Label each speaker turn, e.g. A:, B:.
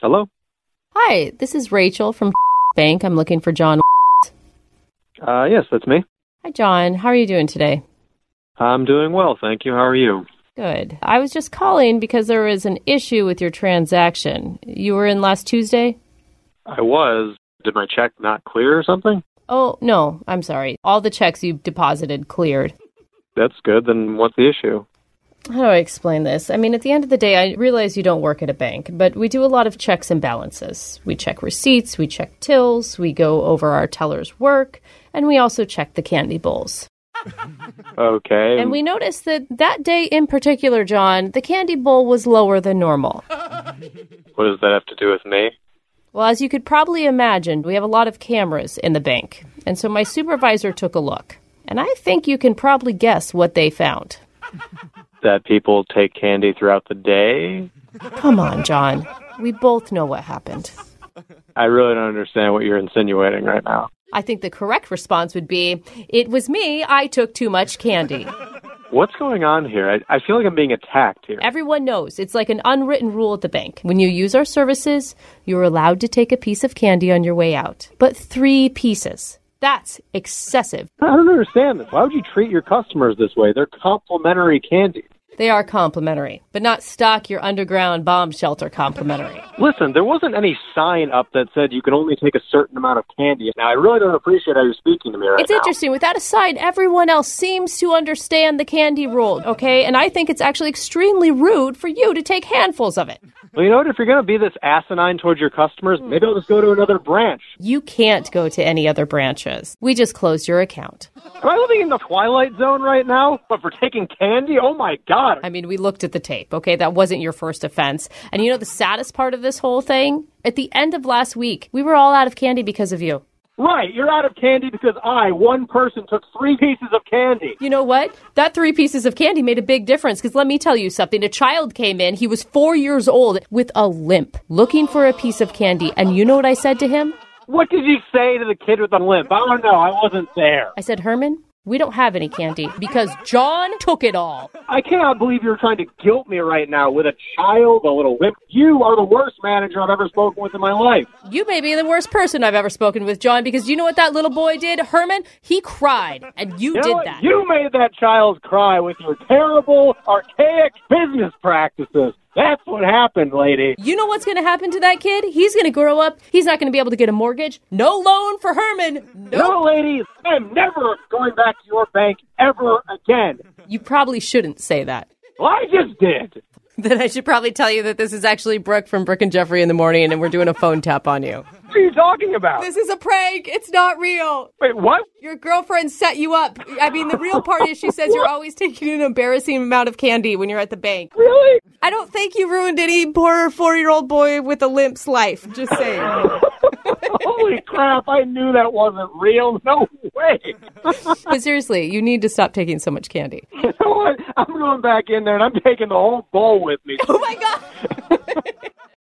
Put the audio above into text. A: Hello.
B: Hi, this is Rachel from Bank. I'm looking for John.
A: Uh, yes, that's me.
B: Hi, John. How are you doing today?
A: I'm doing well, thank you. How are you?
B: Good. I was just calling because there was an issue with your transaction. You were in last Tuesday?
A: I was. Did my check not clear or something?
B: Oh, no, I'm sorry. All the checks you deposited cleared.
A: That's good. Then what's the issue?
B: How do I explain this? I mean, at the end of the day, I realize you don't work at a bank, but we do a lot of checks and balances. We check receipts, we check tills, we go over our teller's work, and we also check the candy bowls.
A: Okay.
B: And we noticed that that day in particular, John, the candy bowl was lower than normal.
A: what does that have to do with me?
B: Well, as you could probably imagine, we have a lot of cameras in the bank. And so my supervisor took a look. And I think you can probably guess what they found.
A: That people take candy throughout the day?
B: Come on, John. We both know what happened.
A: I really don't understand what you're insinuating right now.
B: I think the correct response would be it was me. I took too much candy.
A: What's going on here? I, I feel like I'm being attacked here.
B: Everyone knows it's like an unwritten rule at the bank. When you use our services, you're allowed to take a piece of candy on your way out, but three pieces. That's excessive.
A: I don't understand this. Why would you treat your customers this way? They're complimentary candy.
B: They are complimentary, but not stock your underground bomb shelter complimentary.
A: Listen, there wasn't any sign up that said you can only take a certain amount of candy. Now, I really don't appreciate how you're speaking to me right
B: It's
A: now.
B: interesting. Without a sign, everyone else seems to understand the candy rule, okay? And I think it's actually extremely rude for you to take handfuls of it.
A: Well, you know what? If you're going to be this asinine towards your customers, maybe I'll just go to another branch.
B: You can't go to any other branches. We just closed your account.
A: Am I living in the Twilight Zone right now? But for taking candy? Oh my God.
B: I mean, we looked at the tape, okay? That wasn't your first offense. And you know the saddest part of this whole thing? At the end of last week, we were all out of candy because of you.
A: Right, you're out of candy because I, one person, took three pieces of candy.
B: You know what? That three pieces of candy made a big difference because let me tell you something. A child came in, he was four years old with a limp, looking for a piece of candy. And you know what I said to him?
A: What did you say to the kid with the limp? I don't know. I wasn't there.
B: I said, Herman, we don't have any candy because John took it all.
A: I cannot believe you're trying to guilt me right now with a child, a little limp. You are the worst manager I've ever spoken with in my life.
B: You may be the worst person I've ever spoken with, John, because you know what that little boy did? Herman, he cried, and you,
A: You know
B: did
A: what?
B: that.
A: You made that child cry with your terrible, archaic business practices. That's what happened, lady.
B: You know what's going to happen to that kid? He's going to grow up. He's not going to be able to get a mortgage. No loan for Herman. No.
A: No, ladies, I'm never going back to your bank ever again.
B: You probably shouldn't say that.
A: Well, I just did.
B: Then I should probably tell you that this is actually Brooke from Brooke and Jeffrey in the morning, and we're doing a phone tap on you.
A: What are you talking about?
B: This is a prank. It's not real.
A: Wait, what?
B: Your girlfriend set you up. I mean, the real part is she says you're always taking an embarrassing amount of candy when you're at the bank.
A: Really?
B: I don't think you ruined any poor four year old boy with a limp's life. Just saying.
A: Holy crap, I knew that wasn't real. No way.
B: But seriously, you need to stop taking so much candy.
A: You know what? I'm going back in there and I'm taking the whole bowl with me.
B: Oh my God.